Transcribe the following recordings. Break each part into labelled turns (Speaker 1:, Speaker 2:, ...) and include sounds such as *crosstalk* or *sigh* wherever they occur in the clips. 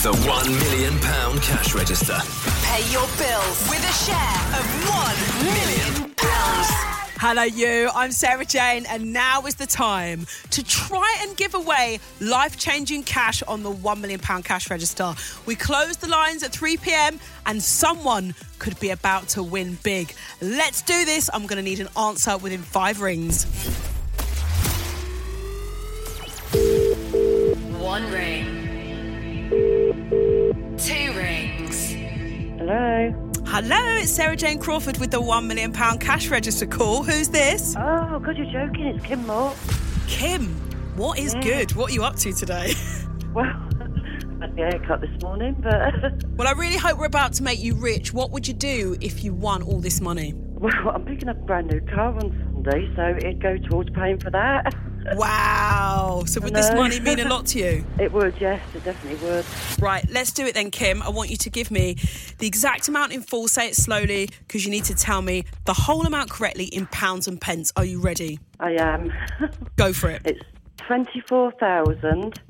Speaker 1: The £1 million pound cash register.
Speaker 2: Pay your bills with a share of £1 million. Hello, you. I'm Sarah Jane, and now is the time to try and give away life changing cash on the £1 million cash register. We close the lines at 3 pm, and someone could be about to win big. Let's do this. I'm going to need an answer within five rings.
Speaker 3: One ring. Two rings.
Speaker 4: Hello.
Speaker 2: Hello, it's Sarah Jane Crawford with the £1 million cash register call. Who's this?
Speaker 4: Oh God, you're joking. It's Kim Moore. *laughs*
Speaker 2: Kim. What is good? What are you up to today? *laughs*
Speaker 4: Well, I had my haircut this morning, but *laughs*
Speaker 2: Well, I really hope we're about to make you rich. What would you do if you won all this money?
Speaker 4: well, I'm picking up a brand new car on Sunday, so it'd go towards paying for that. *laughs*
Speaker 2: Wow. So, would this
Speaker 4: Hello.
Speaker 2: money mean a lot to you?
Speaker 4: It would, yes, it definitely would.
Speaker 2: Right, let's do it then, Kim. I want you to give me the exact amount in full. Say it slowly because you need to tell me the whole amount correctly in pounds and pence. Are you ready?
Speaker 4: I am. *laughs*
Speaker 2: Go for it.
Speaker 4: it's twenty-four thousand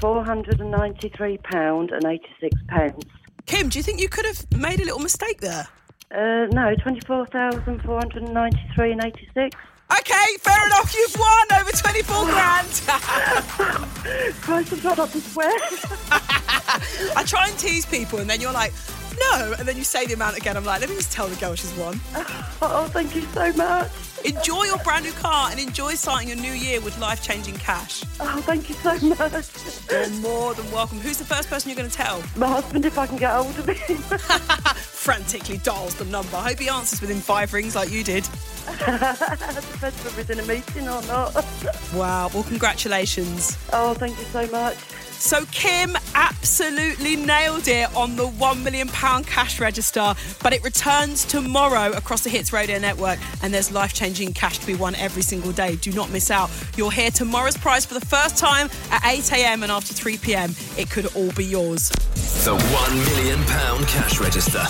Speaker 4: four hundred and ninety-three pound and eighty-six pence.
Speaker 2: Kim, do you think you could have made a little mistake there?
Speaker 4: Uh, no, twenty-four thousand four hundred and ninety-three and eighty-six.
Speaker 2: Okay, fair enough. You've won over 24 grand. *laughs*
Speaker 4: Christ, I'm trying not to swear.
Speaker 2: I try and tease people, and then you're like, no. And then you say the amount again. I'm like, let me just tell the girl she's won.
Speaker 4: *laughs* oh, thank you so much.
Speaker 2: Enjoy your brand new car and enjoy starting your new year with life changing cash.
Speaker 4: Oh, thank you so much.
Speaker 2: You're more than welcome. Who's the first person you're going to tell?
Speaker 4: My husband, if I can get hold of him. *laughs*
Speaker 2: Frantically dials the number. Hope he answers within five rings like you did.
Speaker 4: depends whether he's in a meeting or not.
Speaker 2: Wow. Well, congratulations.
Speaker 4: Oh, thank you so much.
Speaker 2: So, Kim absolutely nailed it on the £1 million cash register, but it returns tomorrow across the Hits Radio Network, and there's life changing cash to be won every single day. Do not miss out. You'll hear tomorrow's prize for the first time at 8 a.m. and after 3 p.m. It could all be yours.
Speaker 1: The £1 million pound cash register.